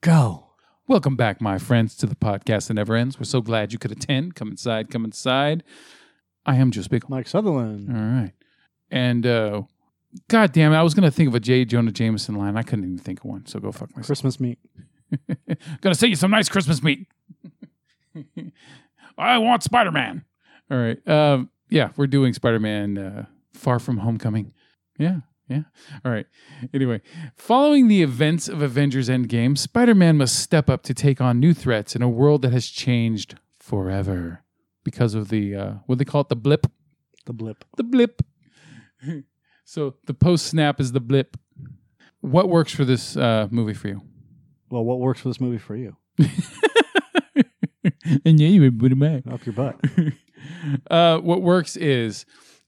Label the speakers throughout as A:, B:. A: Go.
B: Welcome back, my friends, to the podcast that never ends. We're so glad you could attend. Come inside, come inside. I am Joe Big. All
A: Mike Sutherland.
B: right. And uh God damn it, I was gonna think of a J. Jonah Jameson line. I couldn't even think of one, so go fuck myself.
A: Christmas meat.
B: Gonna send you some nice Christmas meat. I want Spider Man. All right. Um, yeah, we're doing Spider Man uh, Far From Homecoming. Yeah, yeah. All right. Anyway, following the events of Avengers Endgame, Spider Man must step up to take on new threats in a world that has changed forever because of the, uh, what do they call it, the blip?
A: The blip.
B: the blip. so the post snap is the blip. What works for this uh, movie for you?
A: Well, what works for this movie for you?
B: and yeah, you would put it back.
A: Up your butt.
B: uh, what works is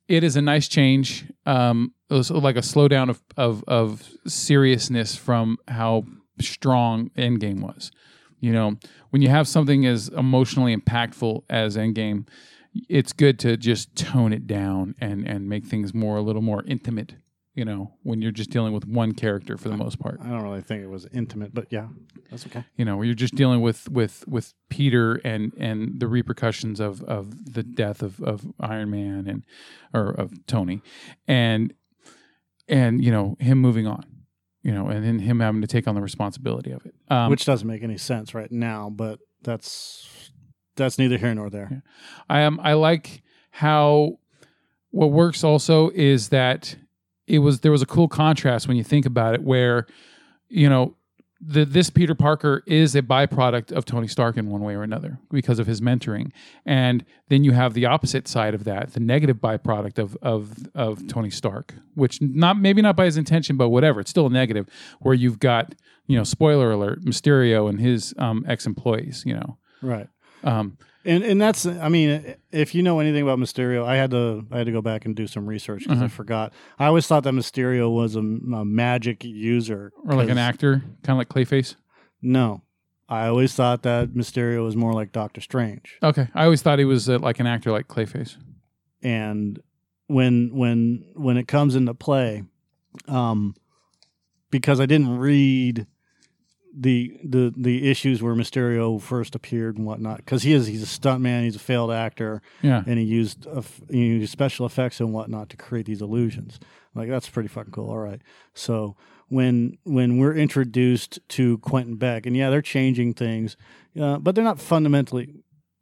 B: it is a nice change, um, it was like a slowdown of, of of seriousness from how strong Endgame was. You know, when you have something as emotionally impactful as Endgame, it's good to just tone it down and and make things more a little more intimate. You know, when you're just dealing with one character for the most part
A: I don't really think it was intimate, but yeah, that's okay.
B: you know you're just dealing with with with peter and and the repercussions of of the death of of iron man and or of tony and and you know him moving on you know and then him having to take on the responsibility of it um,
A: Which doesn't make any sense right now, but that's that's neither here nor there.
B: I um I like how what works also is that it was there was a cool contrast when you think about it where you know the, this Peter Parker is a byproduct of Tony Stark in one way or another because of his mentoring, and then you have the opposite side of that, the negative byproduct of of of Tony Stark, which not maybe not by his intention, but whatever, it's still a negative. Where you've got you know, spoiler alert, Mysterio and his um, ex employees, you know,
A: Right.
B: um,
A: And and that's I mean, if you know anything about Mysterio, I had to I had to go back and do some research because
B: Mm-hmm.
A: I forgot. I always thought that Mysterio was a, a magic user
B: or like an
A: 'cause-
B: actor, kind of like Clayface.
A: No, I always thought that Mysterio was more like Doctor Strange.
B: Okay, I always thought he was uh, like an actor, like Clayface.
A: and when when when it comes into play um because i didn't read the the the issues where mysterio first appeared and whatnot because he is he's a stuntman he's a failed actor
B: Yeah,
A: and he used a f he used special effects and whatnot to create these illusions like that's pretty fucking cool all right so when when we're introduced to quentin beck and yeah they're changing things uh, but they're not fundamentally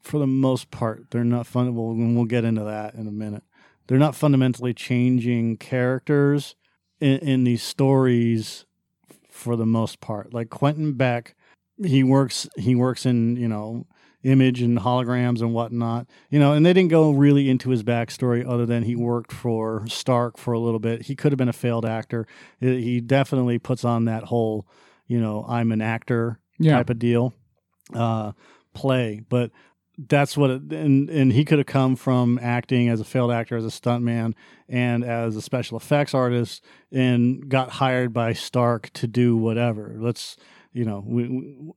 A: for the most part, they're not fun. Well, and we'll get into that in a minute. They're not fundamentally changing characters in, in these stories for the most part. Like Quentin Beck, he works he works in you know image and holograms and whatnot. You know, and they didn't go really into his backstory other than he worked for Stark for a little bit. He could have been a failed actor. He- He definitely puts on that whole you know I'm an actor
B: yeah,
A: type of deal uh play but that's what it, and and he could have come from acting as a failed actor as a stuntman and as a special effects artist and got hired by Stark to do whatever let's you know we, we,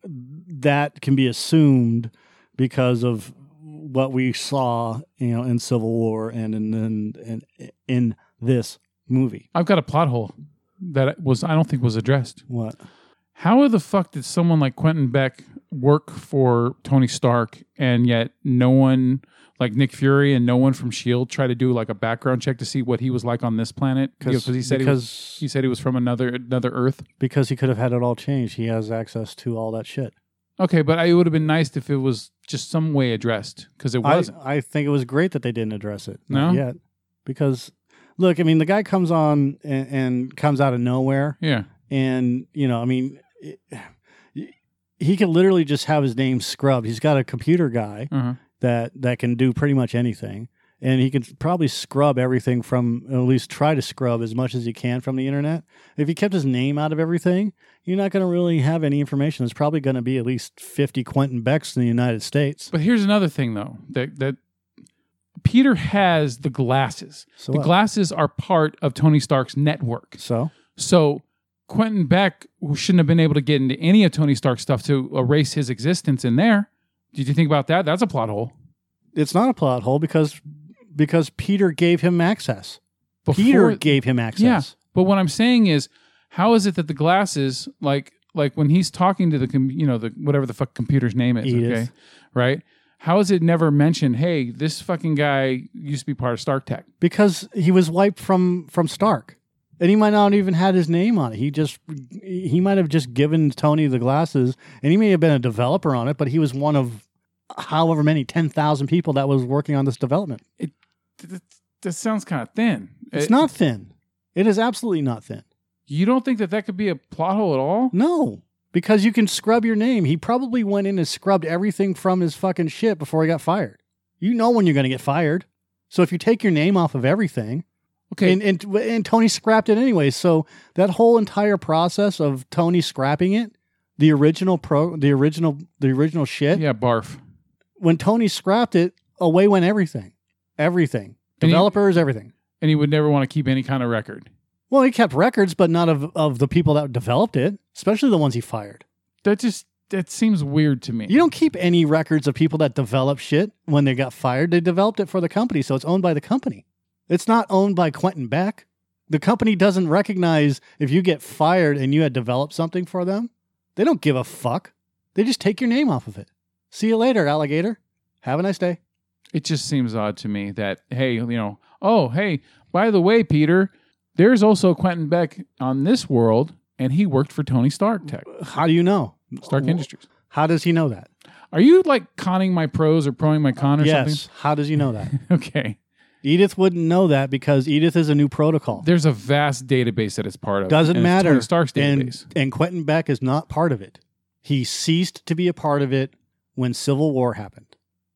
A: that can be assumed because of what we saw you know in Civil War and in in, in, in this movie
B: I've got a plot hole that was I don't think was addressed.
A: what
B: How the fuck did someone like Quentin Beck work for Tony Stark and yet no one like Nick Fury and no one from Shield E try to do like a background check to see what he was like on this planet because he said he was,
A: because
B: he said he was from another another Earth.
A: because he could have had it all changed he has access to all that shit
B: Okay, but I, it would have been nice if it was just some way addressed because it
A: I,
B: wasn't.
A: I think it was great that they didn't address it.
B: No?
A: Not yet. Because look, I mean, the guy comes on and, and comes out of nowhere,
B: yeah,
A: and you know, I mean, it- he could literally just have his name scrubbed. He's got a computer guy
B: uh-huh.
A: that that can do pretty much anything, and he could probably scrub everything from at least try to scrub as much as he can from the internet. If he kept his name out of everything, you're not going to really have any information. There's probably going to be at least 50 Quentin Becks in the United States.
B: But here's another thing though that that Peter has the glasses.
A: So
B: the
A: what?
B: glasses are part of Tony Stark's network.
A: so
B: So Quentin Beck who shouldn't have been able to get into any of Tony Stark's stuff to erase his existence in there. Did you think about that? That's a plot hole.
A: it's not a plot hole because because Peter gave him access.
B: Before-
A: Peter gave him access.
B: Yeah. But what I'm saying is, how is it that the glasses, like like when he's talking to the com- you know the whatever the fuck computer's name is,
A: Edith.
B: okay, right? How is it never mentioned? Hey, this fucking guy used to be part of Stark Tech.
A: because he was wiped from from Stark, and he might not even had his name on it. He just he might have just given Tony the glasses, and he may have been a developer on it, but he was one of however many ten thousand people that was working on this development.
B: Th- th- That sounds kind of thin.
A: It's
B: It-
A: not thin. It is absolutely not thin.
B: You don't think that that could be a plot hole at all?
A: No, because you can scrub your name. He probably went in and scrubbed everything from his fucking shit before he got fired. You know when you're going to get fired. So if you take your name off of everything,
B: Okay,
A: And, and and Tony scrapped it anyway. So that whole entire process of Tony scrapping it, the original pro, the original, the original shit.
B: yeah, barf.
A: When Tony scrapped it, away went everything, everything,
B: And he-
A: developers, everything.
B: And he would never want to keep any kind of record.
A: Well, he kept records, but not of of the people that developed it, especially the ones he fired.
B: That just that seems weird to me.
A: You don't keep any records of people that develop shit when they got fired. They developed it for the company, so it's owned by the company. It's not owned by Quentin Beck. The company doesn't recognize if you get fired and you had developed something for them. They don't give a fuck. They just take your name off of it. See you later, alligator. Have a nice day.
B: it just seems odd to me that hey, you know, oh hey, by the way, Peter, there's also Quentin Beck on this world, and he worked for Tony Stark Tech,
A: How do you know?
B: Stark
A: Oh.
B: Industries.
A: How does he know that?
B: Are you like conning my pros or proing my con or
A: Yes. How does he know that?
B: something? Okay,
A: Edith wouldn't know that because Edith is a new protocol.
B: there's a vast database that it's part of.
A: Doesn't
B: and it's
A: matter.
B: Tony Stark's database.
A: and, and Quentin Beck is not part of it. He ceased to be a part of it when Civil War happened.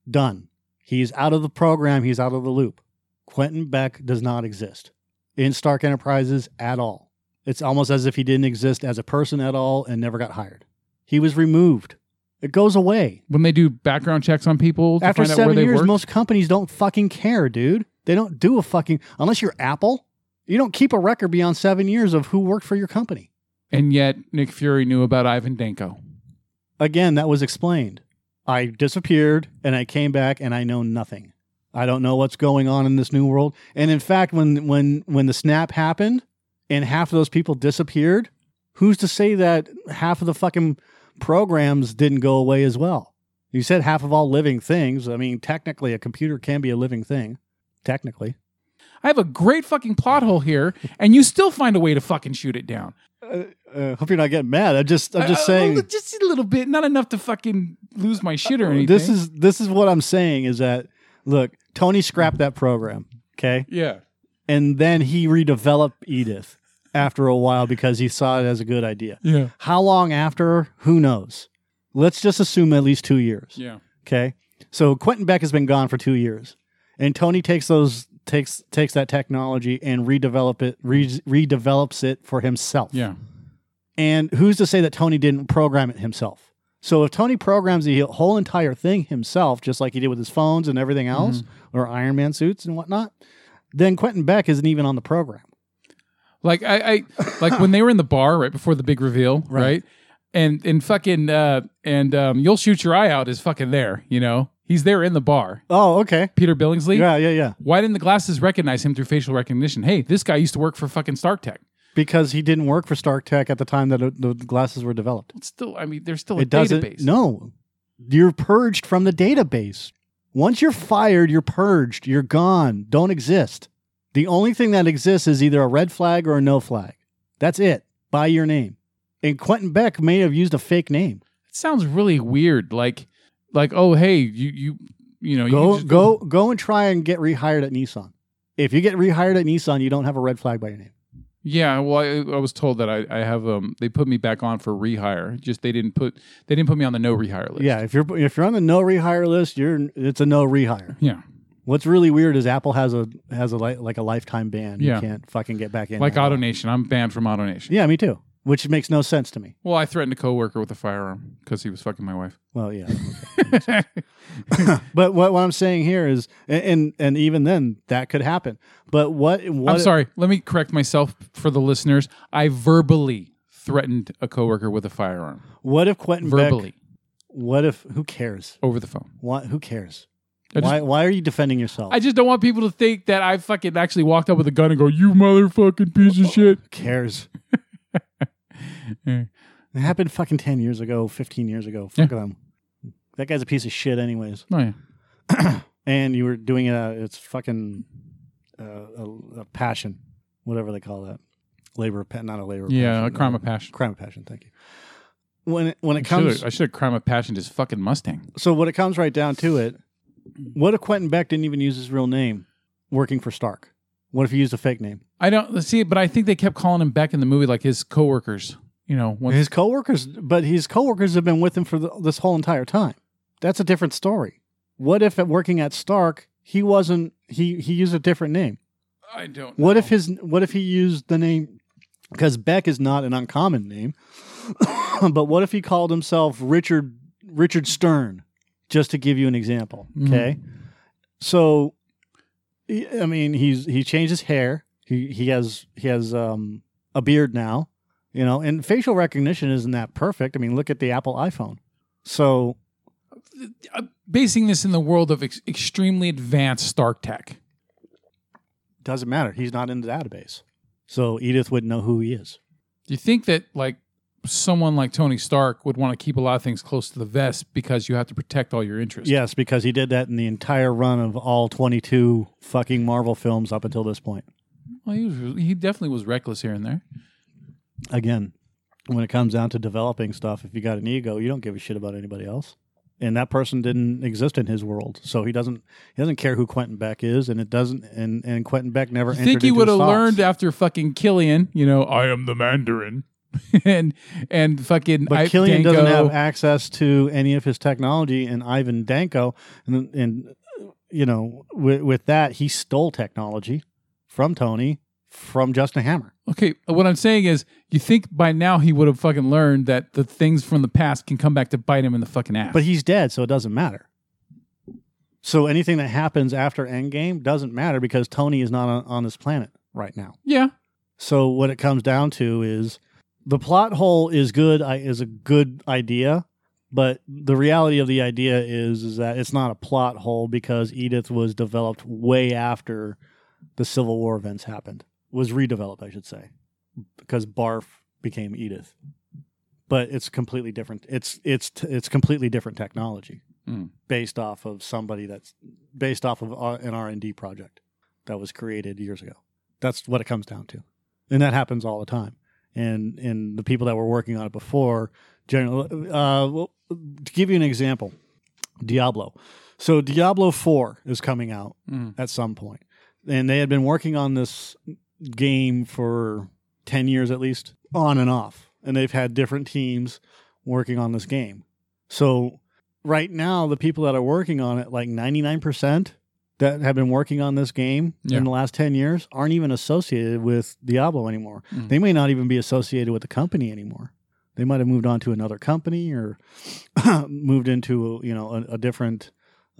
A: Done. He's out of the program. He's out of the loop. Quentin Beck does not exist in Stark Enterprises at all. It's almost as if he didn't exist as a person at all and never got hired. He was removed. It goes away.
B: when they do background checks on people to
A: After
B: find out where
A: seven
B: they
A: years,
B: work,
A: most companies don't fucking care, dude. They don't do a fucking, unless you're Apple, you don't keep a record beyond seven years of who worked for your company.
B: and yet Nick Fury knew about Ivan Danko.
A: again, that was explained. I disappeared and I came back and I know nothing. I don't know what's going on in this new world. And in fact, when when when the snap happened and half of those people disappeared, who's to say that half of the fucking programs didn't go away as well? You said half of all living things. I mean, technically a computer can be a living thing. Technically.
B: I have a great fucking plot hole here, and you still find a way to fucking shoot it down.
A: Uh, uh, hope you're not getting mad. I just I'm just
B: Uh, uh,
A: saying
B: just a little bit, not enough to fucking lose my shit or anything.
A: this is this is what I'm saying is that look, Tony scrapped that program, okay?
B: yeah.
A: and then he redeveloped Edith after a while because he saw it as a good idea.
B: Yeah.
A: How long after? Who knows? Let's just assume at least two years.
B: Yeah.
A: Okay. So Quentin Beck has been gone for two years, and Tony takes those takes takes that technology and redevelop it re- redevelops it for himself.
B: Yeah.
A: And who's to say that Tony didn't program it himself? So if Tony programs the whole entire thing himself, just like he did with his phones and everything else,
B: Mm-hmm.
A: or Iron Man suits and whatnot, then Quentin Beck isn't even on the program.
B: Like I, I like when they were in the bar right before the big reveal, right? And and fucking uh and um you'll shoot your eye out is fucking there, you know? He's there in the bar.
A: Oh, okay.
B: Peter Billingsley.
A: Yeah, yeah, yeah.
B: Why didn't the glasses recognize him through facial recognition? Hey, this guy used to work for fucking Stark Tech.
A: Because he didn't work for Stark Tech at the time that it- the glasses were developed.
B: It's still I mean, there's still a
A: It doesn't.
B: Oh, database.
A: No, you're purged from the database. Once you're fired, you're purged. You're gone. Don't exist. The only thing that exists is either a red flag or a no flag. That's it. By your name. And Quentin Beck may have used a fake name.
B: It sounds really weird. Like like, oh hey, you you you know, you
A: Go,
B: just-
A: go, go, and try and get rehired at Nissan. If you get rehired at Nissan, you don't have a red flag by your name.
B: Yeah, well, I, I was told that I, I have um they put me back on for rehire. Just they didn't put they didn't put me on the no rehire list.
A: Yeah, if you're if you're on the no rehire list, you're it's a no rehire.
B: yeah.
A: What's really weird is Apple has a has a li- like a lifetime ban.
B: Yeah.
A: You can't fucking get back in.
B: Like
A: now.
B: AutoNation, I'm banned from AutoNation.
A: uh, Yeah, me too. Which makes no sense to me.
B: Well, I threatened a coworker with a firearm because he was fucking my wife.
A: Well, yeah. but what, what I'm saying here is, and, and and even then that could happen. But what what
B: I'm sorry. Let me correct myself for the listeners. I verbally threatened a coworker with a firearm.
A: what if Quentin
B: Verbally
A: Beck? What if who cares?
B: over the phone.
A: What who cares?
B: I just-
A: why why are you defending yourself?
B: I just don't want people to think that I fucking actually walked up with a gun and go, "You motherfucking piece of shit."
A: cares. It happened fucking 10 years ago, 15 years ago. Fuck them. That guy's a piece of shit, anyways.
B: Oh yeah.
A: And you were doing it, out- it's fucking uh, a, a passion, whatever they call that. Labor, of pa- not a labor. of
B: Yeah,
A: passion,
B: a crime
A: uh,
B: of passion.
A: Crime of passion, thank you. When it, when it
B: I should
A: comes,
B: have, I should have crime of passion his fucking Mustang.
A: so when it comes right down to it, what if Quentin Beck didn't even use his real name working for Stark? What if he used a fake name?
B: I don't let's see, but I think they kept calling him back in the movie like his coworkers. You know, once,
A: His coworkers, but his coworkers have been with him for the, this whole entire time. That's a different story. What if at working at Stark, he wasn't he he used a different name?
B: I don't.
A: What
B: know.
A: if his what if he used the name because Beck is not an uncommon name, but what if he called himself Richard Richard Stern, just to give you an example?
B: Mhm.
A: Okay, so I I mean he's he changed his hair. He he has he has um, a beard now, you know, and facial recognition isn't that perfect. I mean, look at the Apple iPhone. So
B: Uh, basing this in the world of ex- extremely advanced Stark tech?
A: doesn't matter. He's not in the database. So Edith would know who he is.
B: Do you think that like someone like Tony Stark would want to keep a lot of things close to the vest because you have to protect all your interests?
A: Yes, because he did that in the entire run of all 22 fucking Marvel films up until this point.
B: Well, he was, he definitely was reckless here and there.
A: Again, when it comes down to developing stuff, if you got an ego, you don't give a shit about anybody else. And that person didn't exist in his world, so he doesn't he doesn't care who Quentin Beck is, and it doesn't. And and Quentin Beck never.
B: I think he would
A: would
B: have learned after fucking Killian, you know, I am the Mandarin. and and fucking
A: But
B: I,
A: Killian doesn't
B: Dango-
A: have access to any of his technology, and Ivan Danko, and and you know, with, with that, he stole technology from Tony, from Justin Hammer.
B: Okay, what I'm saying is you think by now he would have fucking learned that the things from the past can come back to bite him in the fucking ass.
A: But he's dead, so it doesn't matter. So anything that happens after Endgame doesn't matter because Tony is not on, on this planet right now.
B: Yeah.
A: So what it comes down to is the plot hole is good I is a good idea, but the reality of the idea is is that it's not a plot hole because Edith was developed way after the Civil War events happened. Was redeveloped, I should say, because Barf became Edith. But it's completely different. It's it's t- it's completely different technology
B: Mm.
A: based off of somebody that's based off of R- an R and D project that was created years ago. That's what it comes down to and that happens all the time. And and the people that were working on it before, generally, uh, well, to give you an example, Diablo. So Diablo Four is coming out
B: Mm.
A: at some point, and they had been working on this game for ten years at least, on and off, and they've had different teams working on this game. So right now, the people that are working on it, like ninety nine percent that have been working on this game
B: Yeah.
A: in the last ten years, aren't even associated with Diablo anymore.
B: Mm.
A: They may not even be associated with the company anymore. They might have moved on to another company or moved into you know a, a different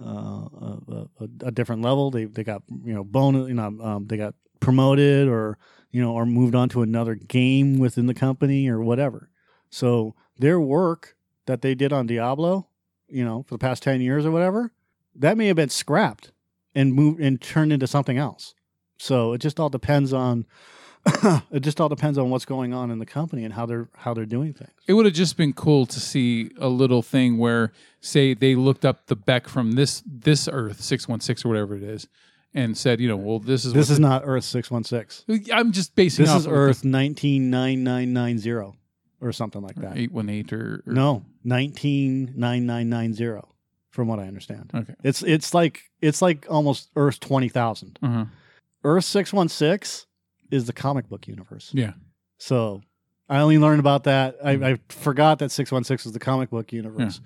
A: uh, a, a, a different level. They they got you know bonus, you know um, they got promoted or you know or moved on to another game within the company or whatever. So their work that they did on Diablo, you know, for the past ten years or whatever, that may have been scrapped and moved and turned into something else. So it just all depends on it just all depends on what's going on in the company and how they're how they're doing things.
B: It would have just been cool to see a little thing where, say, they looked up the Beck from this this Earth six one six or whatever it is, and said, you know, well, this is
A: This
B: what
A: is not Earth six one six.
B: the- I'm just basing
A: This
B: off
A: is
B: of
A: Earth nineteen nine nine nine zero or something like that.
B: eight one eight or, or
A: No, nineteen nine nine nine zero, from what I understand.
B: Okay.
A: It's it's like it's like almost Earth twenty thousand.
B: Uh-huh.
A: Earth six one six is the comic book universe.
B: Yeah.
A: So I only learned about that. I, I forgot that six one six was the comic book universe.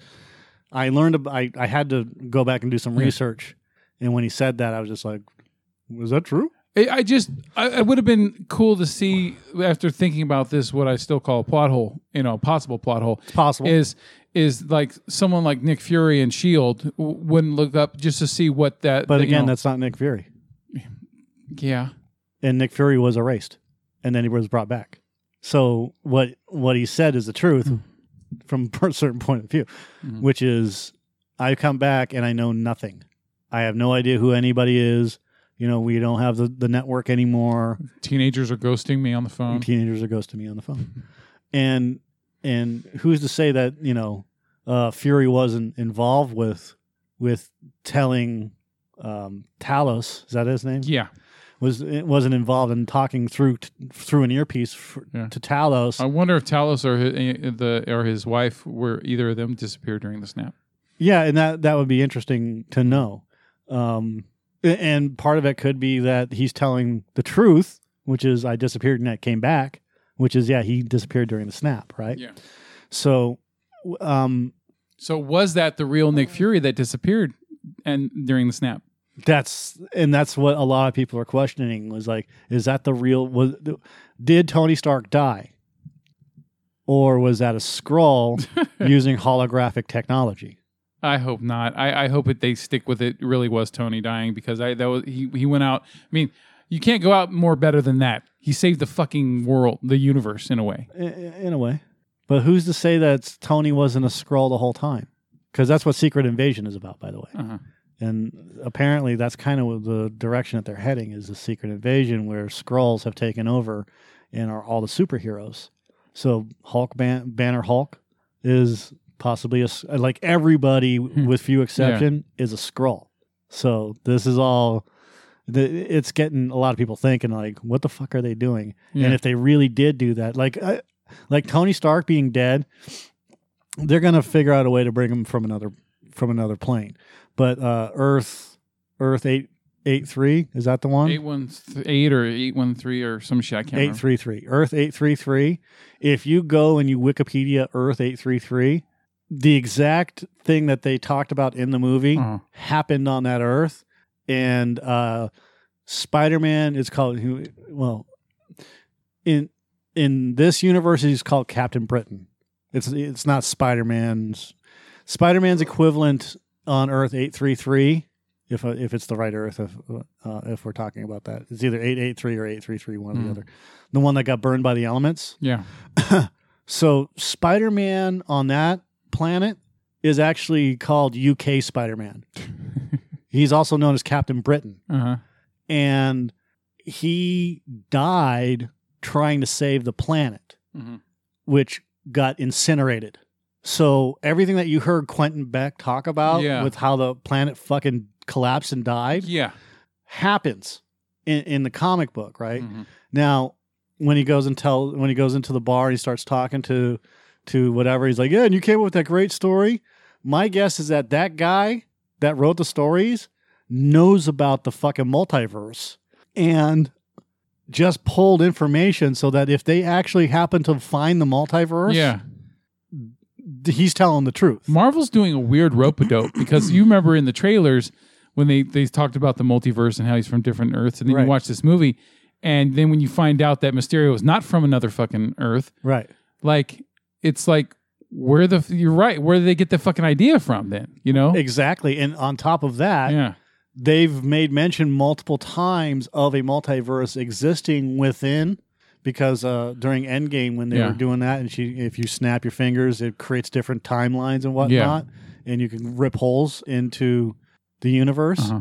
A: I learned. About, I I had to go back and do some
B: Yeah.
A: research, and when he said that, I was just like, "Was that true?"
B: I, I just I, it would have been cool to see after thinking about this what I still call a plot hole, you know, a possible plot hole.
A: It's possible.
B: is is like someone like Nick Fury and Shield E w- wouldn't look up just to see what that.
A: but
B: you
A: again,
B: know-
A: that's not Nick Fury.
B: yeah.
A: and Nick Fury was erased, and then he was brought back. So what what he said is the truth
B: Mm.
A: from a certain point of view,
B: Mhm.
A: which is I come back and I know nothing. I have no idea who anybody is. You know, we don't have the, the network anymore.
B: Teenagers are ghosting me on the phone.
A: Teenagers are ghosting me on the phone, and and who's to say that you know uh, Fury wasn't involved with with telling um, Talos is that his name
B: Yeah,
A: was wasn't involved in talking through t- through an earpiece for,
B: Yeah. Oh.
A: to Talos.
B: I wonder if Talos or his, the or his wife were either of them disappeared during the snap.
A: Yeah, and that that would be interesting to know. Um, a- and part of it could be that he's telling the truth, which is I disappeared and I came back, which is yeah he disappeared during the snap, right?
B: Yeah.
A: So, w- um,
B: So was that the real Nick Fury that disappeared and during the snap?
A: that's and that's what a lot of people are questioning was like, is that the real? Was did Tony Stark die, or was that a scroll using holographic technology?
B: I hope not. I, I hope that they stick with it. Really was Tony dying because I that was he he went out. I mean, you can't go out more better than that. He saved the fucking world, the universe in a way.
A: I- in a way. But who's to say that Tony wasn't a scroll the whole time? Because that's what Secret Invasion is about, by the way.
B: Uh-huh.
A: And apparently, that's kind of the direction that they're heading is the Secret Invasion, where scrolls have taken over and are all the superheroes. So Hulk Ban- Banner Hulk is possibly a s- like everybody with few exception is a scroll. So this is all. The, it's getting a lot of people thinking like, what the fuck are they doing?
B: Yeah.
A: And if they really did do that, like I, like Tony Stark being dead, they're gonna figure out a way to bring him from another from another plane. But uh, Earth Earth eight eight three is that the one?
B: Eight one th- eight or eight one three or some shit. I can't
A: Eight
B: remember.
A: three three Earth eight three three. If you go and you Wikipedia Earth eight three three, the exact thing that they talked about in the movie
B: Uh-huh.
A: happened on that Earth, and uh, Spider Man is called who? Well, in in this universe, he's called Captain Britain. It's it's not Spider Man's Spider Man's equivalent on Earth eight three three. If uh, if it's the right Earth, if uh, if we're talking about that, it's either eight eight three or eight three three, one or
B: Mhm.
A: the other. The one that got burned by the elements.
B: Yeah.
A: So Spider Man on that planet is actually called UK Spider Man. He's also known as Captain Britain.
B: Uh huh.
A: And he died trying to save the planet,
B: Mhm.
A: which got incinerated. So everything that you heard Quentin Beck talk about
B: Yeah.
A: with how the planet fucking collapsed and died
B: Yeah.
A: happens in, in the comic book, right?
B: Mhm.
A: Now, when he goes and tell when he goes into the bar, he starts talking to to whatever. He's like, "Yeah, and you came up with that great story." My guess is that that guy that wrote the stories knows about the fucking multiverse and just pulled information so that if they actually happen to find the multiverse,
B: Yeah.
A: th- he's telling the truth.
B: Marvel's doing a weird rope a dope because you remember in the trailers when they, they talked about the multiverse and how he's from different Earths, and then
A: Right.
B: you watch this movie, and then when you find out that Mysterio is not from another fucking Earth,
A: right.
B: like it's like where the f- you're right, where did they get the fucking idea from? Then you know,
A: Exactly. And on top of that,
B: yeah,
A: they've made mention multiple times of a multiverse existing within because uh, during Endgame when they
B: Yeah.
A: were doing that and she if you snap your fingers it creates different timelines and whatnot and you can rip holes into the universe
B: Uh-huh.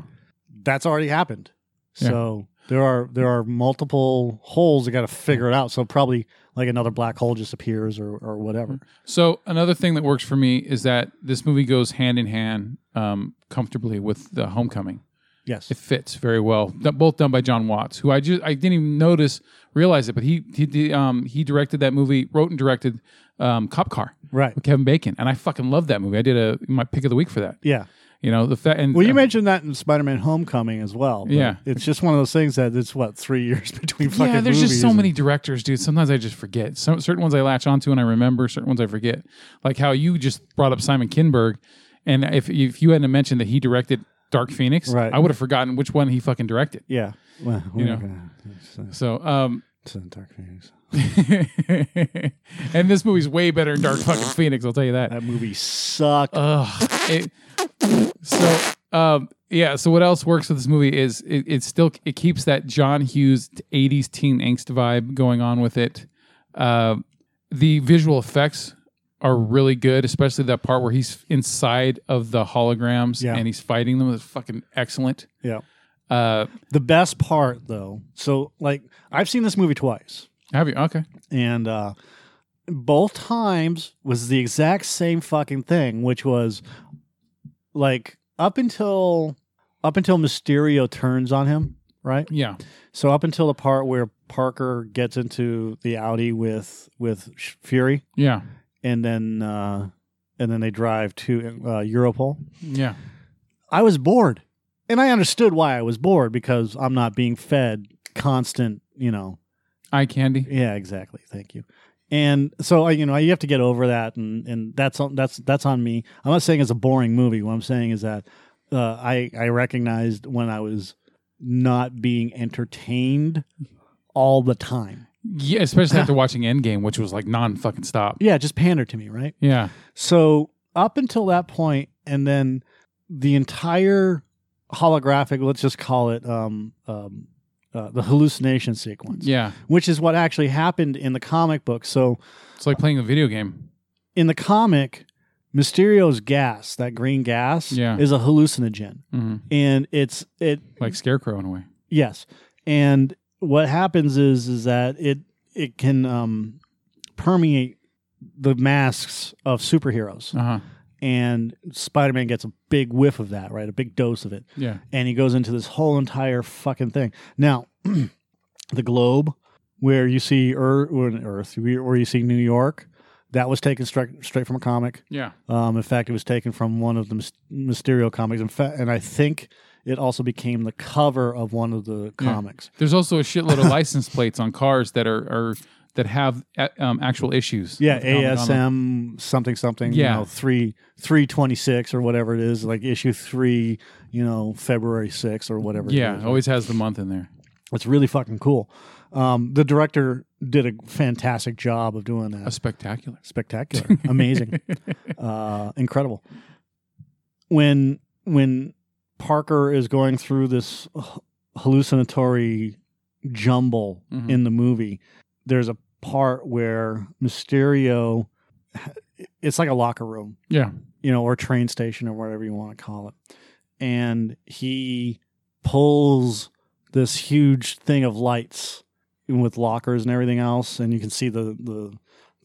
A: that's already happened
B: Yeah.
A: so there are there are multiple holes that got to figure it out so probably like another black hole just appears or, or
B: Mm.
A: whatever
B: So another thing that works for me is that this movie goes hand in hand um, comfortably with the Homecoming.
A: yes
B: It fits very well. Th- Both done by John Watts, who I just I didn't even notice realize it, but he he di- um he directed that movie, wrote and directed um, Cop Car
A: right
B: with Kevin Bacon, and I fucking love that movie. I did a my pick of the week for that.
A: yeah
B: You know the fact.
A: well you mentioned that in spider-man homecoming as well but
B: Yeah.
A: it's just one of those things that it's what three years between fucking
B: yeah, there's just
A: movies
B: so
A: and-
B: many directors, dude. Sometimes I just forget. Some certain ones I latch onto and I remember. Certain ones I forget. Like how you just brought up Simon Kinberg, and if if you hadn't mentioned that he directed Dark Phoenix,
A: Right.
B: I would have forgotten which one he fucking directed.
A: Yeah. Well, we're
B: You
A: not
B: know.
A: gonna- it's, uh,
B: So um,
A: it's in Dark Phoenix.
B: and this movie's way better than Dark fucking Phoenix. I'll tell you that.
A: That movie
B: Uh,
A: sucked.
B: Ugh. It- so um, yeah. So what else works with this movie is it, it still it keeps that John Hughes '80s teen angst vibe going on with it. Uh, the visual effects are really good, especially that part where he's inside of the holograms
A: Yeah.
B: and he's fighting them. Is fucking excellent.
A: yeah.
B: Uh,
A: The best part, though, so like I've seen this movie twice,
B: have you okay?
A: and uh, both times was the exact same fucking thing, which was like up until up until Mysterio turns on him, right?
B: Yeah.
A: So up until the part where Parker gets into the Audi with with Fury,
B: Yeah.
A: and then uh, and then they drive to uh, Europol.
B: Yeah.
A: I was bored, and I understood why I was bored because I'm not being fed constant, you know,
B: Eye candy.
A: yeah, exactly. Thank you. And so I, you know, you have to get over that, and and that's on that's that's on me. I'm not saying it's a boring movie. What I'm saying is that uh, I I recognized when I was not being entertained all the time.
B: Yeah, especially after watching Endgame, which was like non fucking stop.
A: Yeah, just pander to me, right?
B: Yeah.
A: So up until that point, and then the entire holographic, let's just call it um, um, uh, the hallucination sequence,
B: Yeah.
A: which is what actually happened in the comic book. So
B: It's like playing a video game.
A: in the comic, Mysterio's gas, that green gas,
B: Yeah.
A: is a hallucinogen,
B: hmm
A: and it's it
B: Like Scarecrow in a way.
A: yes, and what happens is is that it it can um, permeate the masks of superheroes,
B: Uh huh.
A: and Spider Man gets a big whiff of that, right, a big dose of it,
B: Yeah.
A: and he goes into this whole entire fucking thing. Now, the globe where you see Earth, Earth where you see New York, that was taken straight straight from a comic.
B: Yeah.
A: Um, in fact, it was taken from one of the Mys- Mysterio comics. In fact, and I think it also became the cover of one of the comics.
B: There's also a shitload of license plates on cars that are, are that have uh, um, actual issues.
A: Yeah,
B: with comic on them.
A: ASM something something.
B: Yeah.
A: you know, three three twenty six or whatever it is, like issue three. You know, February sixth or whatever. it
B: Yeah,
A: is.
B: always has the month in there.
A: it's really fucking cool. Um, the director did a fantastic job of doing
B: A
A: that.
B: spectacular.
A: Spectacular, amazing. uh, incredible. When when Parker is going through this h- hallucinatory jumble
B: Mhm.
A: in the movie, there's a part where Mysterio, it's like a locker room,
B: Yeah.
A: you know, or train station or whatever you want to call it, and he pulls this huge thing of lights with lockers and everything else, and you can see the the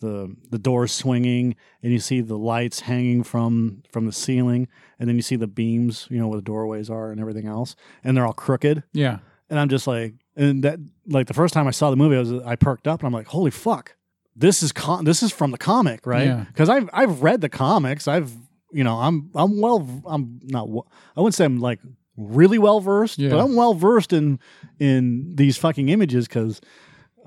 A: the the doors swinging and you see the lights hanging from from the ceiling and then you see the beams you know where the doorways are and everything else and they're all crooked
B: Yeah.
A: and i'm just like and that like the first time i saw the movie i was i perked up and i'm like holy fuck this is con this is from the comic
B: Yeah.
A: right because i've i've read the comics i've you know i'm i'm well i'm not w- i wouldn't say i'm like really well versed
B: Yeah.
A: but i'm well versed in in these fucking images because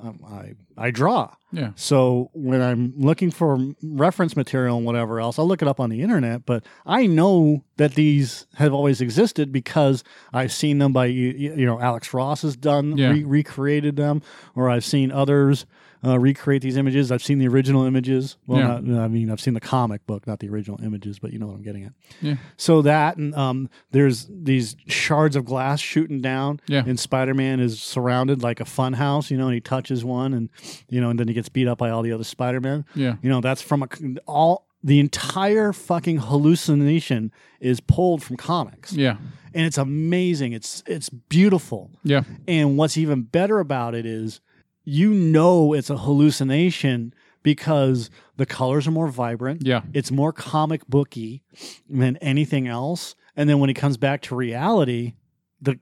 A: um, i i draw
B: Yeah.
A: so when I'm looking for reference material and whatever else, I'll look it up on the internet. But I know that these have always existed because I've seen them by you, you know Alex Ross has done
B: Yeah.
A: re- recreated them, or I've seen others uh, recreate these images. I've seen the original images. Well,
B: Yeah.
A: not, I mean, I've seen the comic book, not the original images, but you know what I'm getting at.
B: Yeah.
A: So that and um, there's these shards of glass shooting down,
B: Yeah.
A: and Spider-Man is surrounded like a fun house, you know, and he touches one, and you know, and then he gets beat up by all the other Spider-Man.
B: Yeah.
A: You know, that's from a all the entire fucking hallucination is pulled from comics,
B: Yeah.
A: and it's amazing. It's it's beautiful,
B: Yeah.
A: and what's even better about it is you know it's a hallucination because the colors are more vibrant
B: Yeah.
A: it's more comic booky than anything else and then when it comes back to reality the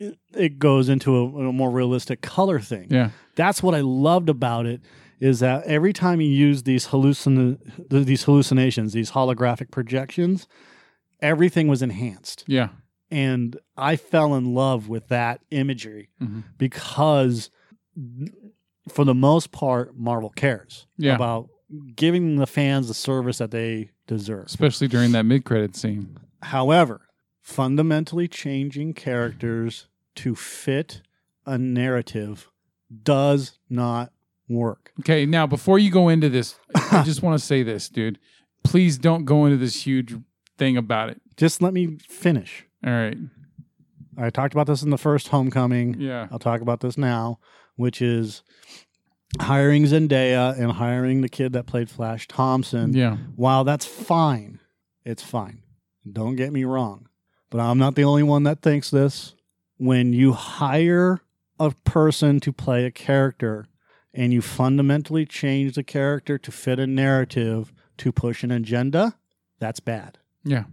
A: it- it goes into a, a more realistic color thing
B: Yeah.
A: that's what i loved about it is that every time you use these hallucin th- these hallucinations these holographic projections everything was enhanced
B: Yeah.
A: and i fell in love with that imagery
B: Mhm.
A: because for the most part marvel cares
B: Yeah.
A: about giving the fans the service that they deserve
B: Especially during that mid credit scene.
A: however fundamentally changing characters to fit a narrative does not work
B: Okay, now before you go into this, I just want to say this, dude. Please don't go into this huge thing about it.
A: just let me finish
B: All right.
A: i talked about this in the first homecoming
B: Yeah.
A: i'll talk about this now which is hiring zendaya and hiring the kid that played flash thompson
B: Yeah.
A: While that's fine, it's fine. Don't get me wrong, but I'm not the only one that thinks this. When you hire a person to play a character and you fundamentally change the character to fit a narrative to push an agenda, that's bad.
B: Yeah.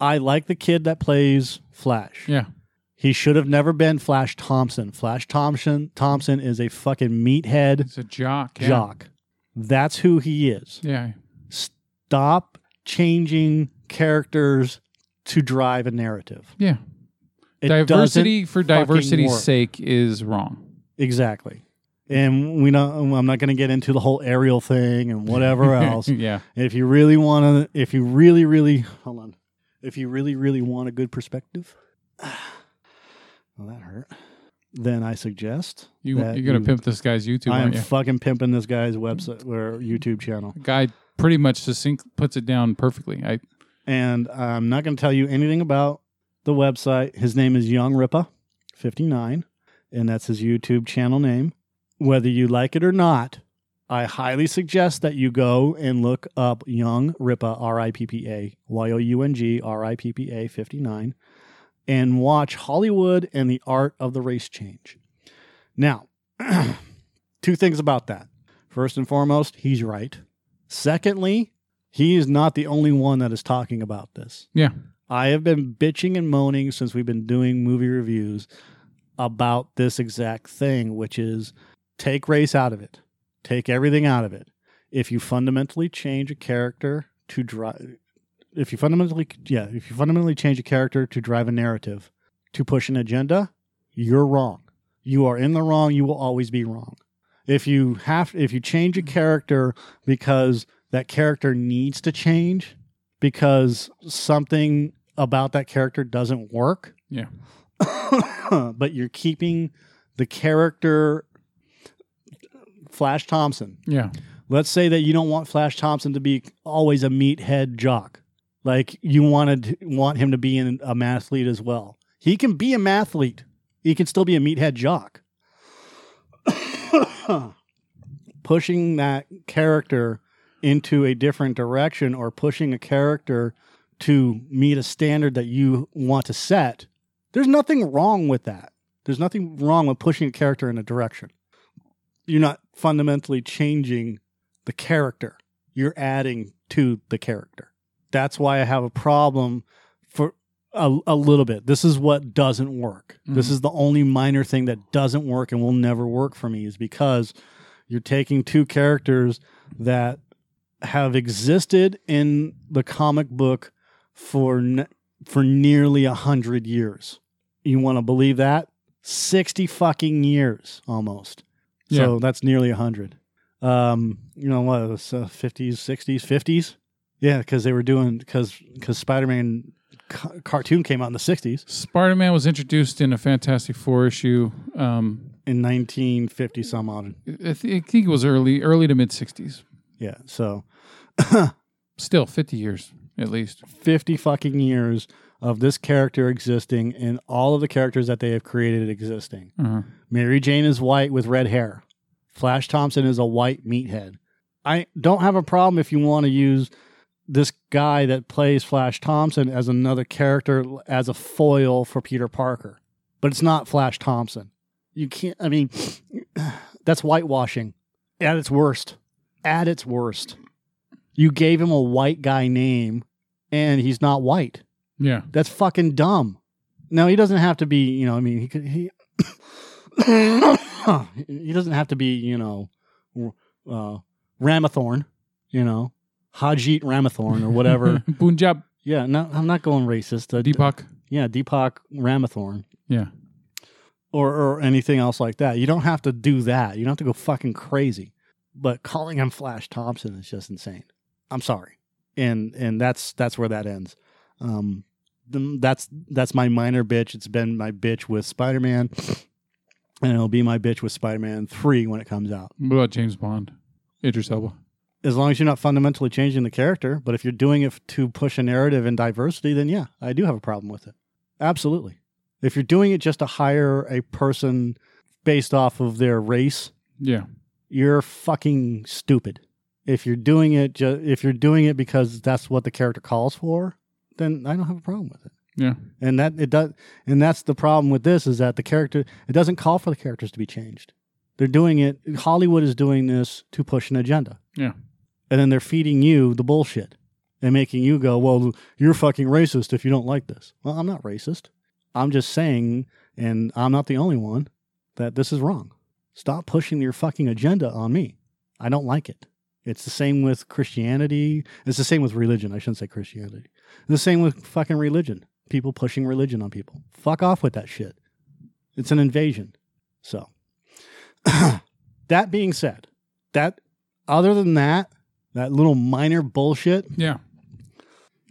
A: I like the kid that plays Flash.
B: Yeah.
A: He should have never been Flash Thompson. Flash Thompson Thompson is a fucking meathead
B: It's a jock. Yeah.
A: jock. That's who he is.
B: Yeah.
A: Stop changing characters to drive a narrative.
B: Yeah.
A: It
B: diversity for
A: fucking
B: diversity's
A: work.
B: sake is wrong.
A: Exactly. And we not, I'm not going to get into the whole aerial thing and whatever else.
B: yeah.
A: if you really want to, if you really, really, hold on. If you really, really want a good perspective, well, that hurt. Then I suggest
B: You
A: that
B: you're gonna
A: you-
B: pimp this guy's YouTube,
A: I am
B: aren't you?
A: fucking pimping this guy's website or YouTube channel.
B: The guy pretty much succinct puts it down perfectly. I
A: And I'm not going to tell you anything about the website. His name is Young Ripa 59, and that's his YouTube channel name. Whether you like it or not, I highly suggest that you go and look up Young Ripa, R I P P A, Y O U N G R I P P A 59, and watch Hollywood and the Art of the Race Change. Now, two things about that. First and foremost, he's right. Secondly, he is not the only one that is talking about this.
B: Yeah.
A: I have been bitching and moaning since we've been doing movie reviews about this exact thing, which is take race out of it, take everything out of it. If you fundamentally change a character to drive, if you fundamentally, yeah, if you fundamentally change a character to drive a narrative, to push an agenda, you're wrong. You are in the wrong. You will always be wrong. If you have, if you change a character because that character needs to change because something about that character doesn't work.
B: Yeah.
A: but you're keeping the character Flash Thompson.
B: yeah.
A: Let's say that you don't want Flash Thompson to be always a meathead jock. Like you wanted want him to be an, a mathlete as well. He can be a mathlete. He can still be a meathead jock. pushing that character into a different direction or pushing a character to meet a standard that you want to set, there's nothing wrong with that. There's nothing wrong with pushing a character in a direction. You're not fundamentally changing the character, you're adding to the character. That's why I have a problem for a, a little bit. This is what doesn't work. This
B: Mhm.
A: is the only minor thing that doesn't work and will never work for me is because you're taking two characters that have existed in the comic book for n- for nearly a hundred years. You want to believe that? Sixty fucking years almost. So that's nearly a hundred. Um, you know what? It was fifties, sixties, fifties. Yeah, because they were doing because because Spider Man ca- cartoon came out in the sixties
B: Spider Man was introduced in a Fantastic Four issue. Um,
A: in nineteen fifty some odd.
B: I, th- I think it was early, early to mid '60s.
A: Yeah, so
B: Still, 50 years at least.
A: 50 fucking years of this character existing and all of the characters that they have created existing.
B: Uh-huh.
A: Mary Jane is white with red hair. Flash Thompson is a white meathead. I don't have a problem if you want to use this guy that plays Flash Thompson as another character as a foil for Peter Parker, but it's not Flash Thompson. You can't, I mean, that's whitewashing at its worst. At its worst. You gave him a white guy name and he's not white.
B: Yeah.
A: That's fucking dumb. No, he doesn't have to be, you know, I mean, he could, he, he doesn't have to be, you know, uh, Ramathorn, you know, Hajit Ramathorn or whatever.
B: Punjab
A: yeah, no, I'm not going racist. Uh,
B: Deepak.
A: yeah, Deepak Ramathorn
B: Yeah.
A: or, or anything else like that. You don't have to do that. You don't have to go fucking crazy. But calling him Flash Thompson is just insane. I'm sorry, and and that's that's where that ends. Um, th- that's that's my minor bitch. It's been my bitch with Spider Man, and it'll be my bitch with Spider Man Three when it comes out.
B: What about James Bond? Idris Elba.
A: As long as you're not fundamentally changing the character, but if you're doing it f- to push a narrative and diversity, then yeah, I do have a problem with it. Absolutely. If you're doing it just to hire a person based off of their race
B: Yeah.
A: you're fucking stupid. If you're doing it, ju- if you're doing it because that's what the character calls for, then I don't have a problem with it.
B: Yeah.
A: And that it does, and that's the problem with this is that the character it doesn't call for the characters to be changed. They're doing it. Hollywood is doing this to push an agenda.
B: Yeah.
A: And then they're feeding you the bullshit and making you go, well, you're fucking racist if you don't like this. Well, I'm not racist. I'm just saying, and I'm not the only one, that this is wrong. Stop pushing your fucking agenda on me. I don't like it. It's the same with Christianity. It's the same with religion. I shouldn't say Christianity. The same with fucking religion. People pushing religion on people. Fuck off with that shit. It's an invasion. So, that being said, that other than that, that little minor bullshit,
B: Yeah.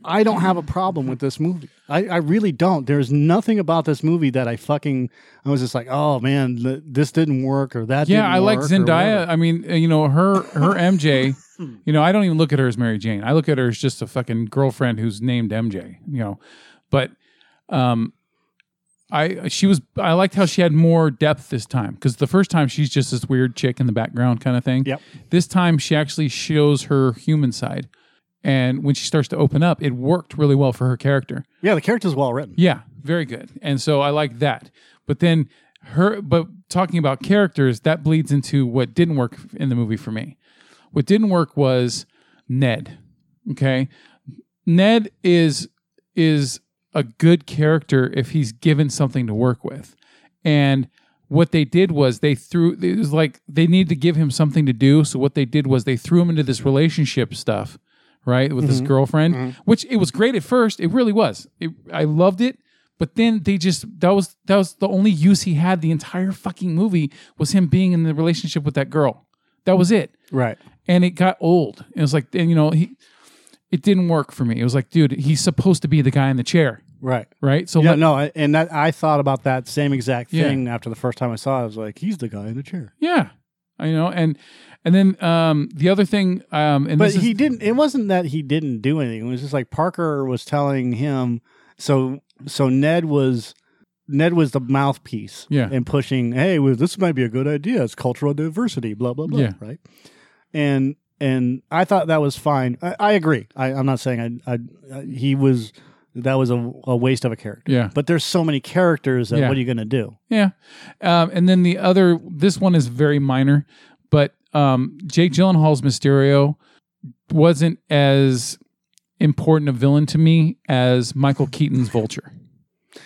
A: I don't have a problem with this movie. I, I really don't. There's nothing about this movie that I fucking. I was just like, oh man, th- this didn't work or that.
B: Yeah,
A: didn't
B: I like
A: work," or whatever.
B: Zendaya. I mean, uh, you know, her her MJ. You know, I don't even look at her as Mary Jane. I look at her as just a fucking girlfriend who's named MJ. You know, but um, I she was I liked how she had more depth this time because the first time she's just this weird chick in the background kind of thing.
A: Yep.
B: This time she actually shows her human side, and when she starts to open up, it worked really well for her character.
A: Yeah, the character's well written.
B: Yeah, very good. And so I like that. But then her but talking about characters, that bleeds into what didn't work in the movie for me. What didn't work was Ned. Okay? Ned is is a good character if he's given something to work with. And what they did was they threw it was like they needed to give him something to do. So what they did was they threw him into this relationship stuff, right? With his girlfriend, which it was great at first. It really was. It, I loved it. But then they just that was that was the only use he had the entire fucking movie was him being in the relationship with that girl. That was it
A: Right.
B: and it got old. It was like, and you know, he, it didn't work for me. It was like, dude, he's supposed to be the guy in the chair,
A: Right.
B: right? So
A: Yeah,
B: let-
A: no, I- and that I thought about that same exact
B: Yeah.
A: thing after the first time I saw it. I was like, he's the guy in the chair.
B: yeah, I know, and and then um, the other thing, um, and
A: But
B: this is-
A: he didn't. It wasn't that he didn't do anything. It was just like Parker was telling him. So so Ned was Ned was the mouthpiece.
B: Yeah.
A: And pushing. Hey, well, this might be a good idea. It's cultural diversity. Blah blah blah.
B: Yeah.
A: Right. And and I thought that was fine. I, I agree. I, I'm not saying I, I, I. He was. That was a, a waste of a character.
B: yeah,
A: But there's so many characters that
B: Yeah.
A: what are you going to do?
B: yeah, um, and then the other, this one is very minor, but um, Jake Gyllenhaal's Mysterio wasn't as important a villain to me as Michael Keaton's Vulture.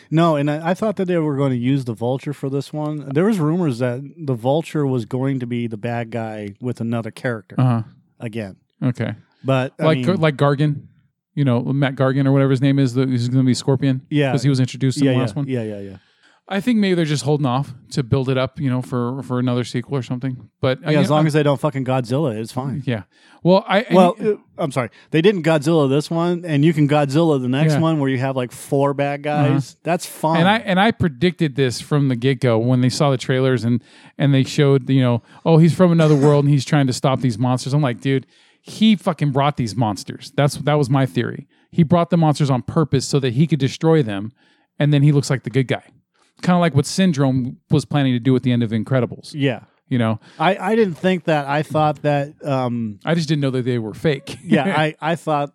A: No, and I, I thought that they were going to use the vulture for this one. There was rumors that the vulture was going to be the bad guy with another character
B: Uh
A: again,
B: huh. Okay.
A: but I
B: like
A: mean,
B: like Gargan, you know Matt Gargan or whatever his name is. The, he's going to be Scorpion.
A: Yeah.
B: because he was introduced in
A: yeah,
B: the
A: yeah,
B: last one.
A: yeah, yeah, yeah.
B: I think maybe they're just holding off to build it up, you know, for for another sequel or something. But uh,
A: yeah as long as they don't fucking Godzilla, it's fine.
B: yeah, well, I
A: Well, uh, I'm sorry, they didn't Godzilla this one, and you can Godzilla the next
B: Yeah. Uh-huh.
A: one where you have like four bad guys. That's fine.
B: and I and I predicted this from the get go when they saw the trailers and and they showed you know oh he's from another world and he's trying to stop these monsters. I'm like, dude, he fucking brought these monsters. That's that was my theory. He brought the monsters on purpose so that he could destroy them, and then he looks like the good guy, kind of like what Syndrome was planning to do at the end of Incredibles.
A: yeah,
B: You know,
A: I I didn't think that. I thought that. um
B: I just didn't know that they were fake.
A: Yeah, I I thought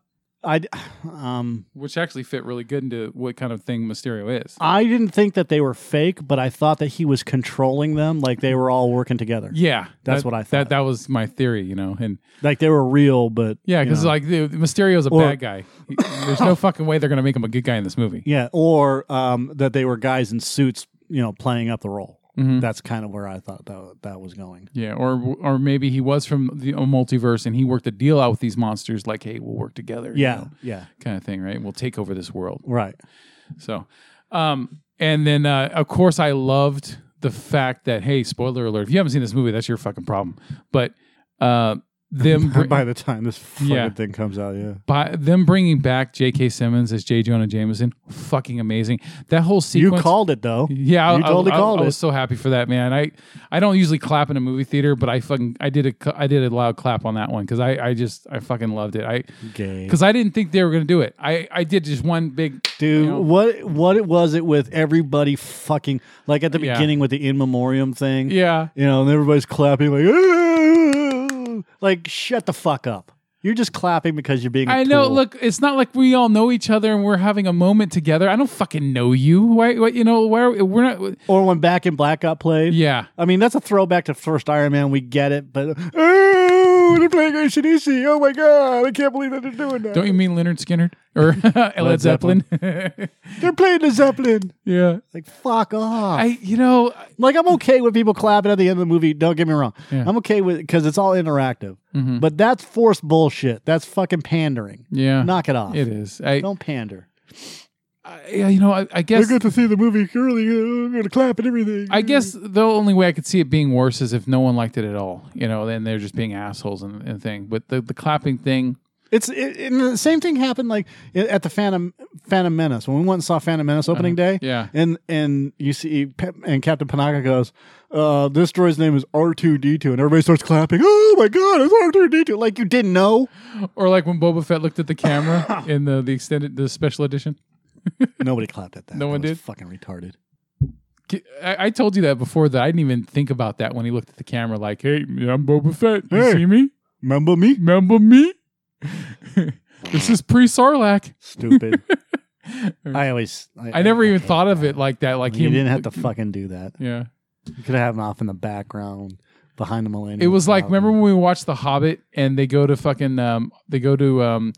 A: I um
B: which actually fit really good into what kind of thing Mysterio is.
A: I didn't think that they were fake, but I thought that he was controlling them, like they were all working together,
B: Yeah,
A: That's
B: that-
A: what I thought.
B: That that was my theory, you know, and
A: like they were real. But
B: Yeah,
A: you
B: because
A: know.
B: like the, the Mysterio's a
A: Or-
B: bad guy. He- There's no fucking way they're gonna make him a good guy in this movie.
A: yeah, or um, that they were guys in suits, you know, playing up the role.
B: Mhm.
A: That's kind of where I thought that that was going.
B: Yeah, or or maybe he was from the a multiverse and he worked a deal out with these monsters, like, hey, we'll work together. you
A: Yeah,
B: know,
A: yeah,
B: kind of thing, right? We'll take over this world.
A: right.
B: So, um, and then uh, of course I loved the fact that hey, spoiler alert! If you haven't seen this movie, that's your fucking problem. But uh, them br-
A: By the time this fucking
B: Yeah.
A: thing comes out, yeah,
B: by them bringing back J.K. Simmons as J. Jonah Jameson, fucking amazing. That whole
A: you
B: sequence.
A: called it though.
B: Yeah, I-
A: You totally
B: I, I,
A: called
B: I
A: it.
B: was so happy for that man. I I don't usually clap in a movie theater, but I fucking I did a cl- I did a loud clap on that one because I I just I fucking loved it. I
A: Gay.
B: because I didn't think they were gonna do it. I I did just one big
A: Dude,
B: you know.
A: what what it was it with everybody fucking like at the
B: Yeah.
A: beginning with the in memoriam thing?
B: yeah.
A: you know, and everybody's clapping like, "Ooh!" like "Ah!" shut the fuck up. You're just clapping because you're being. I
B: I know. Look, it's not like we all know each other and we're having a moment together. I don't fucking know you. Why? why you know? Why? Are we, we're not.
A: Or when Back in Black got played.
B: Yeah.
A: I mean, that's a throwback to first Iron Man. We get it, but oh, they're playing ACDC. Oh my god, I can't believe that they're doing that.
B: Don't you mean Leonard Skinner or Led Zeppelin?
A: they're playing the Zeppelin.
B: yeah.
A: Like fuck off.
B: I. You know.
A: like I'm okay with people clapping at the end of the movie. Don't get me wrong.
B: Yeah.
A: I'm okay with because it's all interactive.
B: Mhm.
A: But that's forced bullshit. That's fucking pandering.
B: Yeah.
A: Knock it off.
B: It is. I.
A: Don't pander.
B: I yeah, you know. I, I guess.
A: to see the movie early. They're going to clap and everything.
B: I guess the only way I could see it being worse is if no one liked it at all, you know, then they're just being assholes and, and thing. But the, the clapping thing,
A: It's it, and the same thing happened like i- at the Phantom Phantom Menace when we went and saw Phantom Menace opening day.
B: Uh-huh. yeah.
A: and and you see Pe- and Captain Panaka goes, uh, "This droid's name is R two D 2 and everybody starts clapping. Oh my god, it's R two D two! Like you didn't know?
B: Or like when Boba Fett looked at the camera in the, the extended the special edition.
A: Nobody clapped at that.
B: No
A: That
B: one
A: was
B: did?
A: Fucking retarded.
B: K- I, I told you that before that I didn't even think about that when he looked at the camera. Like, hey, I'm Boba Fett. You
A: Hey.
B: see me?
A: Remember me?
B: Remember me? this is pre Sarlacc.
A: Stupid. I always.
B: I never even
A: hate
B: thought of
A: that.
B: it like that. Like
A: You
B: him-
A: didn't have to fucking do that.
B: Yeah.
A: You could have him off in the background behind the millennium.
B: It was like
A: Falcon.
B: remember when we watched The Hobbit and they go to fucking um they go to um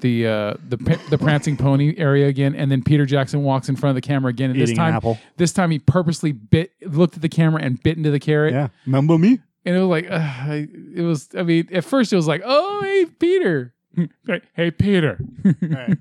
B: the uh the pa- the prancing pony area again and then Peter Jackson walks in front of the camera again and this
A: Eating an
B: time
A: apple.
B: this time he purposely bit looked at the camera and bit into the carrot
A: Yeah, remember me?
B: and it was like ugh, I- it was I mean at first it was like oh hey Peter Like, hey Peter hey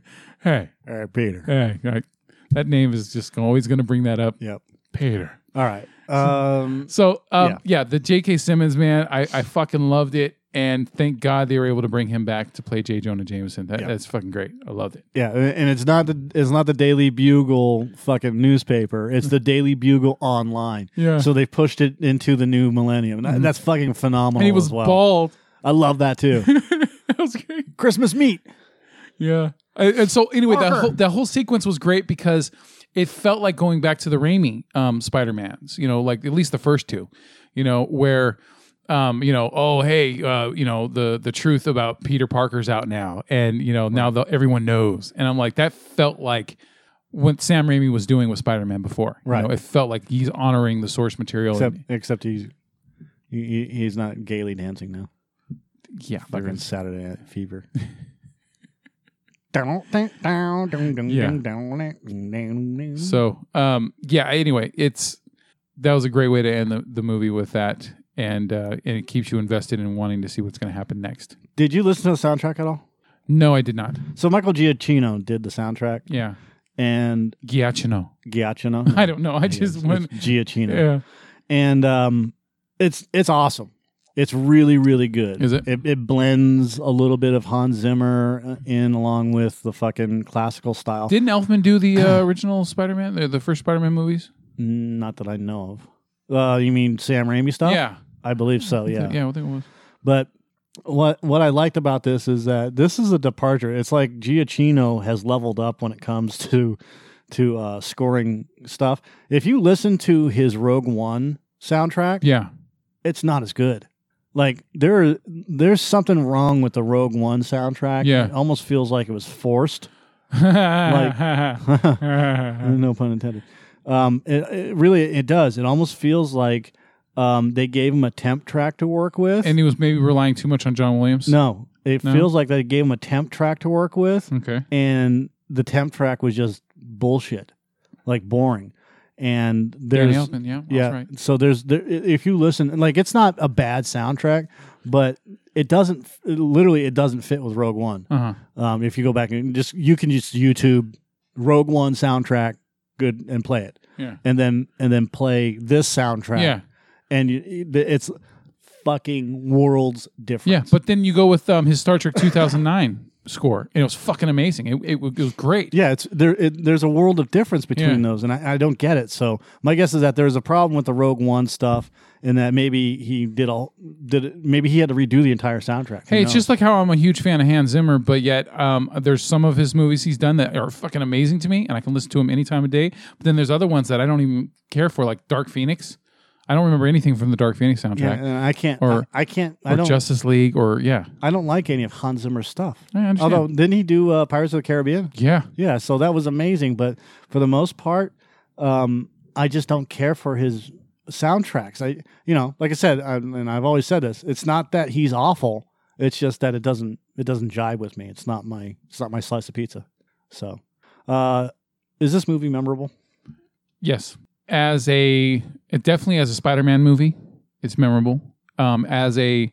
B: hey,
A: All right, Peter.
B: like, that name is just always going to bring that up
A: Yep.
B: Peter
A: All right. Um,
B: so um,
A: Yeah.
B: yeah. the J.K. Simmons man, I, I fucking loved it, and thank God they were able to bring him back to play J. Jonah Jameson. That,
A: Yeah.
B: That's fucking great. I loved it.
A: yeah, and it's not the it's not the Daily Bugle fucking newspaper. It's the Daily Bugle online.
B: Yeah. Mm-hmm.
A: So they pushed it into the new millennium, and that's fucking phenomenal.
B: and he was
A: as well.
B: bald.
A: I love that too.
B: that was great.
A: Christmas meat.
B: Yeah. And, and so anyway, that
A: Parker.
B: whole, that whole sequence was great because it felt like going back to the Raimi um, Spider Mans. You know, like at least the first two. You know where. Um, you know, oh hey, uh, you know the the truth about Peter Parker's out now, and you know now the, everyone knows. And I'm like, that felt like what Sam Raimi was doing with Spider Man before. You
A: Right.
B: know, it felt like he's honoring the source material.
A: Except except he's he- he, he's not gaily dancing now.
B: yeah,
A: They're in
B: fucking-
A: Saturday Night Fever. yeah.
B: So, um, yeah. Anyway, it's that was a great way to end the, the movie with that, and uh, and it keeps you invested in wanting to see what's going to happen next.
A: Did you listen to the soundtrack at all?
B: No, I did not.
A: So Michael Giacchino did the soundtrack,
B: Yeah,
A: and
B: Giacchino.
A: Giacchino.
B: I don't know. I just
A: It's
B: went.
A: Giacchino,
B: Yeah,
A: and um, it's it's awesome. It's really really good.
B: Is it?
A: It, it blends a little bit of Hans Zimmer uh, in along with the fucking classical style.
B: didn't Elfman do the uh, original Spider-Man, the, the first Spider-Man movies?
A: Mm, Not that I know of. Uh, you mean Sam Raimi stuff?
B: Yeah,
A: I believe so. Oh, Yeah.
B: yeah. I think it was.
A: But what what I liked about this is that this is a departure. It's like Giacchino has leveled up when it comes to to uh, scoring stuff. If you listen to his Rogue One soundtrack,
B: Yeah,
A: it's not as good. Like there there's something wrong with the Rogue One soundtrack.
B: Yeah.
A: It almost feels like it was forced.
B: like,
A: no pun intended. Um, it, it really it does. It almost feels like um, they gave him a temp track to work with.
B: and he was maybe relying too much on John Williams.
A: no, it
B: No? Hmm.
A: feels like they gave him a temp track to work with,
B: Okay.
A: and the temp track was just bullshit, like boring. And
B: Danny
A: there's
B: Elfman. Yeah, Oh, that's
A: yeah,
B: right.
A: so there's there, i- if you listen, and, like it's not a bad soundtrack, but it doesn't f- literally it doesn't fit with Rogue One.
B: Uh huh.
A: Um, if you go back and just you can just YouTube Rogue One soundtrack, good and play it,
B: Yeah.
A: and then and then play this soundtrack.
B: Yeah.
A: and you, it's fucking worlds
B: Yeah,
A: different.
B: but then you go with um, his Star Trek 2009 score, and it was fucking amazing. It, it, was- it was great.
A: yeah. It's there. It, there's a world of difference between
B: Yeah.
A: those, and I, I don't get it. So my guess is that there's a problem with the Rogue One stuff, and that maybe he did all did. it- Maybe he had to redo the entire soundtrack. Who
B: Hey, it's
A: knows?
B: just like how I'm a huge fan of Hans Zimmer, but yet um, there's some of his movies he's done that are fucking amazing to me, and I can listen to him any time of day. But then there's other ones that I don't even care for, like Dark Phoenix. I don't remember anything from the Dark Phoenix
A: Yeah,
B: soundtrack
A: and I can't.
B: Or-
A: I, I can't. I
B: or
A: don't.
B: Justice League or yeah.
A: I don't like any of Hans Zimmer's stuff.
B: I understand.
A: Although, didn't he do uh, Pirates of the Caribbean?
B: yeah,
A: Yeah, so that was amazing. But for the most part, um, I just don't care for his soundtracks. I, you know, like I said, I, and I've always said this. It's not that he's awful. It's just that it doesn't it doesn't jive with me. It's not my it's not my slice of pizza. So, uh, is this movie memorable?
B: yes. As a it definitely as a Spider-Man movie, it's memorable. Um, as a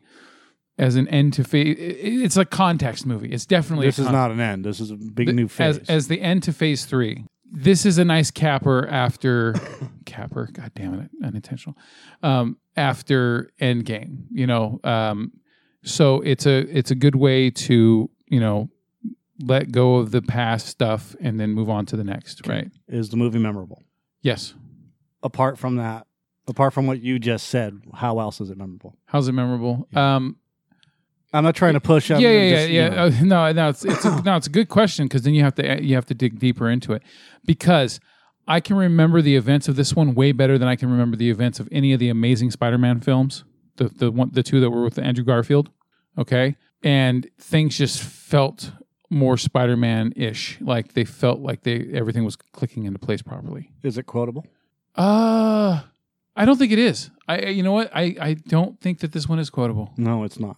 B: as an end to phase, it's a context movie. It's definitely
A: This
B: a
A: is
B: con-
A: not an end. This is a big
B: the-
A: new phase.
B: As, as the end to phase three, this is a nice capper after capper. God damn it, unintentional. Um, after Endgame, you know. Um, so it's a it's a good way to you know let go of the past stuff and then move on to the next, right?
A: is the movie memorable?
B: Yes.
A: Apart from that, apart from what you just said, how else is it memorable?
B: How's it memorable? Um,
A: I'm not trying to push.
B: yeah,
A: I'm
B: yeah, yeah,
A: just, you
B: yeah.
A: know.
B: Uh, no, no, it's it's a, no, it's a good question because then you have to you have to dig deeper into it because I can remember the events of this one way better than I can remember the events of any of the amazing Spider-Man films. The the one the two that were with Andrew Garfield, okay, and things just felt more Spider-Man ish. Like they felt like they everything was clicking into place properly.
A: Is it quotable?
B: Uh I don't think it is. I I- you know what I I don't think that this one is quotable.
A: No, it's not.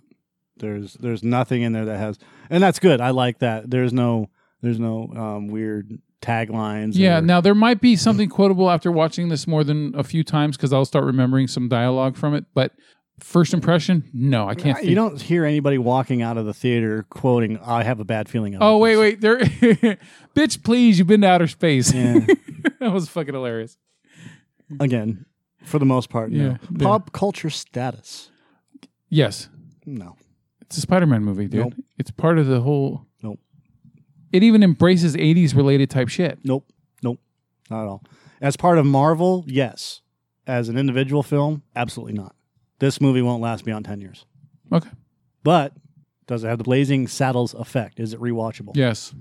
A: There's there's nothing in there that has, and that's good. I like that. There's no there's no um, weird taglines.
B: Yeah,
A: or-
B: now there might be something quotable after watching this more than a few times because I'll start remembering some dialogue from it. But first impression, no, I can't.
A: you
B: think-
A: don't hear anybody walking out of the theater quoting, "I have a bad feeling." about
B: Oh wait,
A: this."
B: wait, there, bitch! Please, you've been to outer space.
A: Yeah.
B: that was fucking hilarious.
A: Again, for the most part,
B: Yeah,
A: no.
B: yeah.
A: Pop culture status.
B: Yes,
A: No,
B: it's a Spider-Man movie, dude.
A: Nope.
B: It's part of the whole.
A: Nope.
B: It even embraces '80s related type shit.
A: nope, nope, not at all. As part of Marvel, yes. As an individual film, absolutely not. This movie won't last beyond ten years.
B: Okay.
A: But does it have the blazing saddles effect? Is it rewatchable?
B: Yes.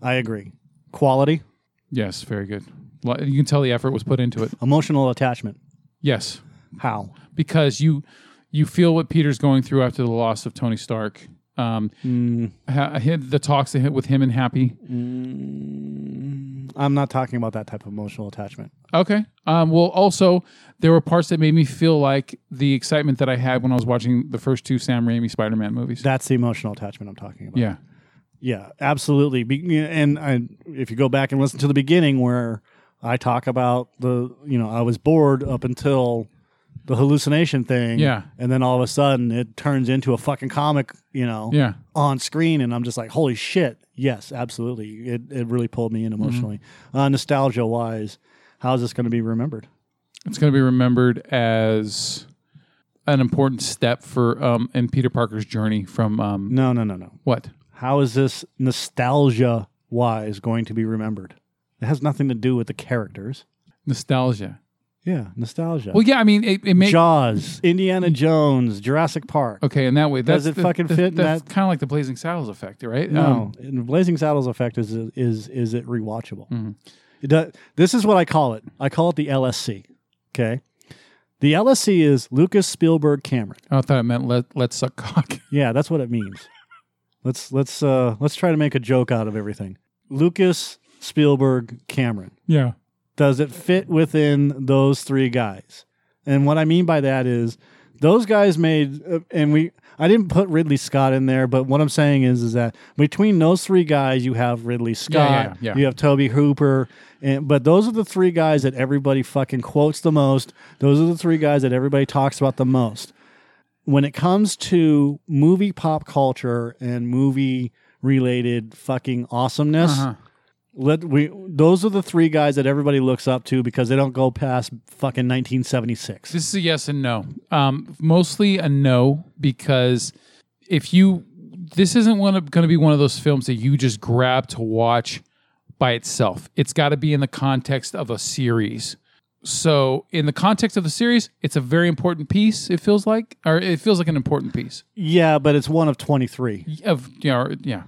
A: I agree. Quality,
B: Yes. Very good. Lo- You can tell the effort was put into it.
A: emotional attachment.
B: Yes.
A: How?
B: because you you feel what Peter's going through after the loss of Tony Stark. Um,
A: Mm.
B: ha- hit the talks that hit with him and Happy.
A: I'm not talking about that type of emotional attachment.
B: Okay. Um, well, also there were parts that made me feel like the excitement that I had when I was watching the first two Sam Raimi Spider-Man movies.
A: That's the emotional attachment I'm talking about.
B: yeah.
A: Yeah, absolutely. Be- and I, if you go back and listen to the beginning where I talk about the, you know, I was bored up until the hallucination thing.
B: Yeah.
A: And then all of a sudden it turns into a fucking comic, you know,
B: Yeah.
A: on screen. And I'm just like, holy shit. Yes, absolutely. It, it really pulled me in emotionally.
B: Mm-hmm.
A: Uh, nostalgia wise, how's this going to be remembered?
B: It's going to be remembered as an important step for um in Peter Parker's journey from um
A: No, no, no, no.
B: what?
A: How is this nostalgia wise going to be remembered? It has nothing to do with the characters.
B: Nostalgia.
A: Yeah, nostalgia.
B: Well, yeah, I mean it, it makes
A: Jaws, Indiana Jones, Jurassic Park.
B: Okay, and that way that's
A: Does it fucking fit in
B: That's
A: that?
B: kind of like the Blazing Saddles effect, right? Um,
A: No, and the Blazing Saddles effect is is is it rewatchable?
B: Mhm.
A: It does, this is what I call it. I call it the LSC. Okay, the LSC is Lucas Spielberg Cameron.
B: I thought it meant let let's suck cock.
A: Yeah, that's what it means. let's let's uh, let's try to make a joke out of everything. Lucas Spielberg Cameron.
B: Yeah.
A: does it fit within those three guys? And what I mean by that is those guys made uh, and we I didn't put Ridley Scott in there, but what I'm saying is is that between those three guys you have Ridley Scott,
B: yeah, yeah.
A: you have Toby Hooper, and but those are the three guys that everybody fucking quotes the most. Those are the three guys that everybody talks about the most. When it comes to movie pop culture and movie related fucking awesomeness,
B: Uh-huh.
A: let we those are the three guys that everybody looks up to because they don't go past fucking 1976.
B: This is a yes and no. Um, mostly a no because if you this isn't one going to be one of those films that you just grab to watch by itself. It's got to be in the context of a series. So, in the context of the series, it's a very important piece. It feels like, or it feels like an important piece
A: Yeah, but it's one of 23.
B: of you know, yeah,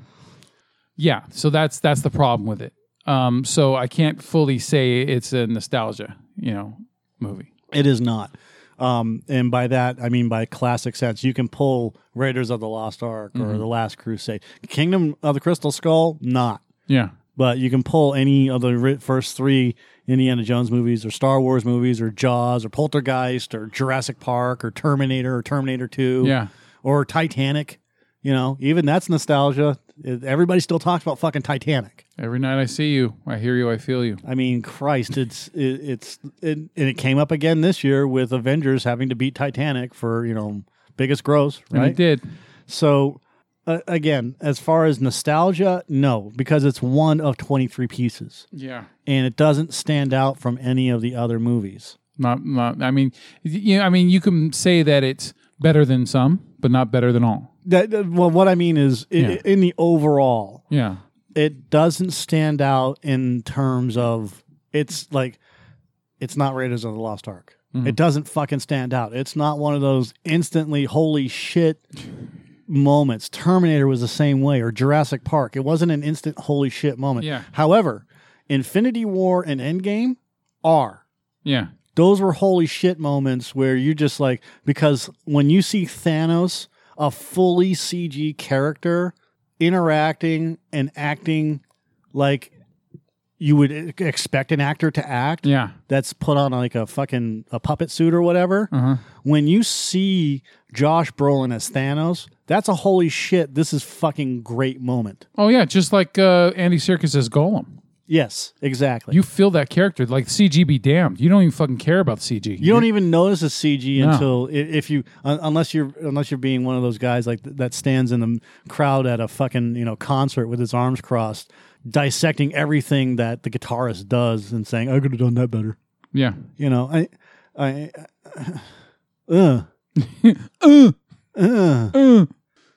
B: yeah. So that's that's the problem with it. Um, so I can't fully say it's a nostalgia, you know, movie.
A: It is not. Um, and by that, I mean by classic sense, you can pull Raiders of the Lost Ark or
B: Mhm.
A: The Last Crusade, Kingdom of the Crystal Skull, not.
B: Yeah.
A: But you can pull any of the ri- first three Indiana Jones movies, or Star Wars movies, or Jaws, or Poltergeist, or Jurassic Park, or Terminator, or Terminator Two,
B: Yeah.
A: or Titanic. You know, even that's nostalgia. It- Everybody still talks about fucking Titanic.
B: Every night I see you, I hear you, I feel you.
A: I mean, Christ, it's it, it's it, and it came up again this year with Avengers having to beat Titanic for you know biggest gross,
B: And
A: right?
B: it did.
A: So uh, again, as far as nostalgia, no, because it's one of twenty three pieces,
B: Yeah.
A: and it doesn't stand out from any of the other movies.
B: Not not I mean you I mean you can say that it's better than some, but not better than all.
A: That that- well, what I mean is i
B: Yeah.
A: in the overall,
B: Yeah.
A: it doesn't stand out in terms of it's like it's not Raiders of the Lost Ark.
B: Mhm.
A: It doesn't fucking stand out. It's not one of those instantly holy shit moments. Terminator was the same way or Jurassic Park. It wasn't an instant holy shit moment.
B: Yeah.
A: However, Infinity War and Endgame are
B: Yeah.
A: those were holy shit moments where you just like because when you see Thanos, a fully CG character interacting and acting like you would e- expect an actor to act
B: Yeah.
A: that's put on like a fucking a puppet suit or whatever
B: Uh-huh.
A: when you see Josh Brolin as Thanos that's a holy shit this is fucking great moment
B: Oh yeah, just like uh, Andy Serkis as Golem.
A: yes exactly
B: You feel that character like CG be damned. You don't even fucking care about CG.
A: You don't even notice a CG
B: No.
A: until i- if you un- unless you're unless you're being one of those guys like th- that stands in the crowd at a fucking you know concert with his arms crossed, dissecting everything that the guitarist does and saying I could have done that better.
B: Yeah.
A: You know I I uh,
B: Uh,
A: uh,
B: uh.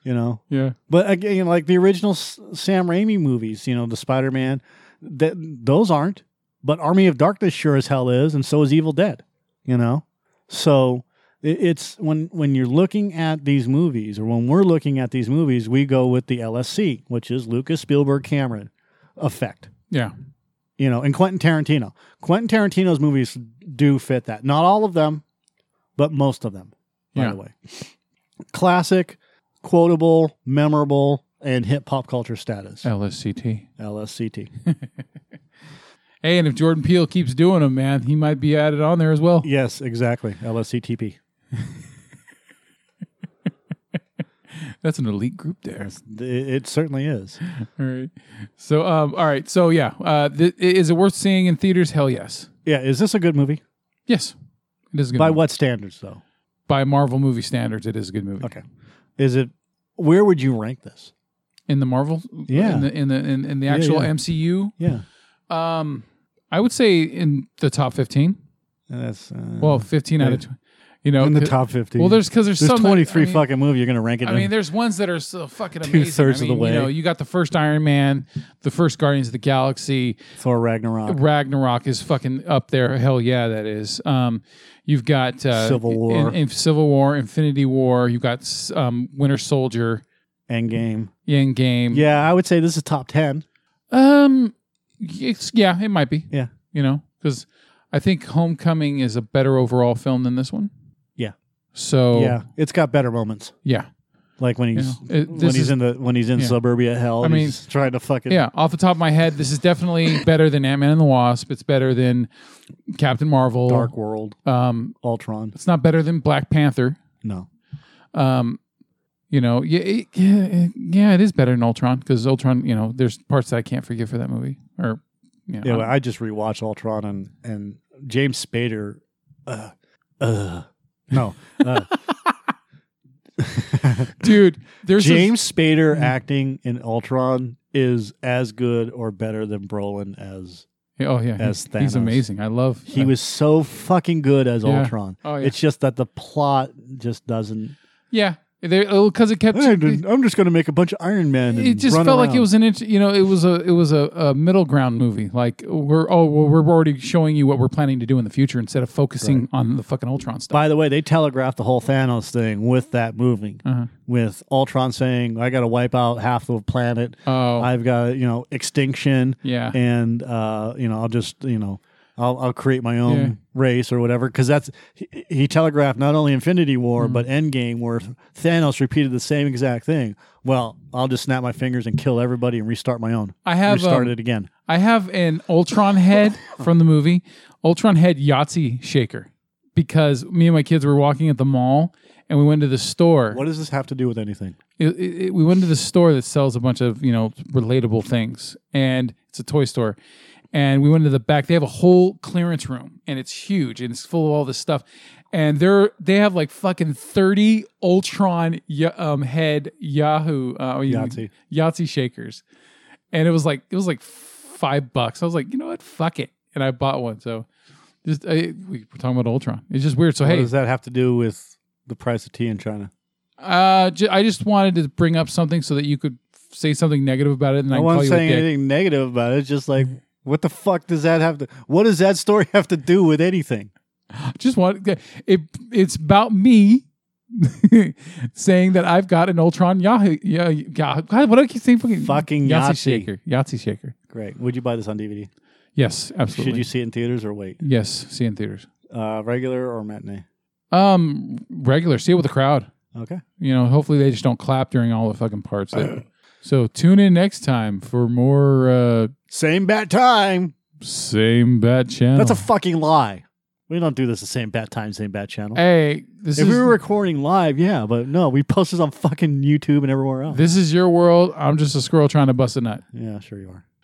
A: you know.
B: Yeah.
A: But again, like the original S- Sam Raimi movies, you know the Spider Man, that those aren't. But Army of Darkness sure as hell is, and so is Evil Dead. You know, so it, it's when when you're looking at these movies, or when we're looking at these movies, we go with the LSC, which is Lucas Spielberg Cameron effect.
B: Yeah.
A: You know, and Quentin Tarantino. Quentin Tarantino's movies do fit that. Not all of them, but most of them. By
B: Yeah.
A: the way, classic, quotable, memorable, and hit pop culture status.
B: LSCT.
A: LSCT.
B: Hey, and if Jordan Peele keeps doing them, man, he might be added on there as well.
A: Yes, exactly. LSCTP.
B: That's an elite group there.
A: It, it certainly is.
B: All right. So, um, all right. So, yeah. Uh, th- i- is it worth seeing in theaters? Hell yes.
A: Yeah, is this a good movie?
B: Yes. It is a good
A: By
B: movie.
A: what standards, though?
B: By Marvel movie standards, it is a good movie.
A: Okay. Is it? Where would you rank this?
B: In the Marvel,
A: Yeah.
B: in the in the in, in the actual
A: yeah.
B: MCU,
A: Yeah,
B: um, I would say in the top fifteen.
A: that's uh,
B: Well, fifteen out of
A: Yeah.
B: twenty. You know,
A: in the
B: c-
A: top fifty.
B: Well, there's because there's,
A: there's
B: some that-
A: twenty three
B: I mean,
A: fucking movie. You're gonna rank it.
B: I
A: in.
B: mean, there's ones that are so fucking amazing.
A: Two-thirds
B: I
A: of the
B: mean, You know,
A: way.
B: you got the first Iron Man, the first Guardians of the Galaxy,
A: Thor Ragnarok.
B: Ragnarok is fucking up there. Hell yeah, that is. Um, you've got uh,
A: Civil War.
B: in, in Civil War, Infinity War. You've got s- um, Winter Soldier,
A: Endgame.
B: Endgame. Game.
A: Yeah, I would say this is top ten.
B: Um, it's yeah, it might be.
A: Yeah.
B: you know, because I think Homecoming is a better overall film than this one.
A: Yeah.
B: So
A: Yeah, it's got better moments.
B: yeah,
A: Like when
B: you
A: he's
B: know, it-
A: when
B: this
A: he's
B: is
A: in the when he's in
B: yeah.
A: suburbia hell.
B: I
A: and
B: mean,
A: he's trying to fucking
B: yeah. Off the top of my head, this is definitely better than Ant Man and the Wasp. It's better than Captain Marvel.
A: Dark World,
B: Um,
A: Ultron.
B: it's not better than Black Panther.
A: No,
B: um you know yeah it, yeah, it- yeah it is better than ultron because ultron you know there's parts that i can't forgive for that movie or you know,
A: yeah. well, I just rewatched Ultron and and James Spader. Uh, uh, no, uh,
B: dude there's this-
A: James Spader acting in Ultron is as good or better than Brolin as
B: oh yeah
A: as
B: he- he's
A: Thanos.
B: amazing i love
A: he
B: uh,
A: was so fucking good as
B: Yeah.
A: Ultron.
B: oh yeah
A: It's just that the plot just doesn't.
B: yeah because it kept it,
A: I'm just going to make a bunch of Iron Man.
B: it just felt like it was an int- you know it was a it was a, a middle ground movie like we're oh well, we're already showing you what we're planning to do in the future instead of focusing on the fucking ultron stuff
A: By the way, they telegraphed the whole Thanos thing with that movie,
B: uh-huh.
A: with Ultron saying, "I got to wipe out half the planet.
B: oh
A: I've got you know extinction,
B: yeah
A: and uh, you know I'll just you know I'll I'll create my own race or whatever because that's he, he telegraphed not only Infinity War
B: Mm-hmm.
A: but Endgame where Thanos repeated the same exact thing. Well, I'll just snap my fingers and kill everybody and restart my own.
B: I have,
A: restart
B: um,
A: it again.
B: I have an Ultron head from the movie, Ultron head Yahtzee shaker, because me and my kids were walking at the mall and we went to the store.
A: What does this have to do with anything?
B: It- it- it- we went to the store that sells a bunch of you know relatable things, and it's a toy store. And we went to the back. They have a whole clearance room, and it's huge, and it's full of all this stuff. And they're they have like fucking thirty Ultron Ya- um, head Yahoo uh,
A: Yahtzee.
B: Yahtzee shakers, and it was like it was like five bucks. I was like, you know what, fuck it, and I bought one. So just I, we were talking about Ultron. It's just weird. So
A: what
B: hey,
A: does that have to do with the price of tea in China?
B: uh, ju- I just wanted to bring up something so that you could say something negative about it, and I,
A: I
B: can call
A: wasn't
B: you a
A: saying
B: dick. Mm-hmm.
A: anything negative about it. It's just like, what the fuck does that have to? What does that story have to do with anything?
B: Just want it. It's about me saying that I've got an Ultron Yahoo. Yeah, Yah- God, what do I keep saying? Fucking
A: Fucking Yahtzee.
B: shaker. Yahtzee shaker.
A: Great. Would you buy this on DVD?
B: Yes, absolutely.
A: Should you see it in theaters or wait?
B: Yes, see in theaters.
A: Uh, regular or matinee?
B: Um, regular. See it with the crowd.
A: Okay.
B: You know, hopefully they just don't clap during all the fucking parts. that- so tune in next time for more uh
A: Same bat time.
B: same bat channel.
A: That's a fucking lie. We don't do this the same bat time, same bat channel.
B: hey. This
A: if
B: is
A: we were recording live, yeah, but no, we post this on fucking YouTube and everywhere else.
B: This is your world. I'm just a squirrel trying to bust a nut.
A: yeah, sure you are.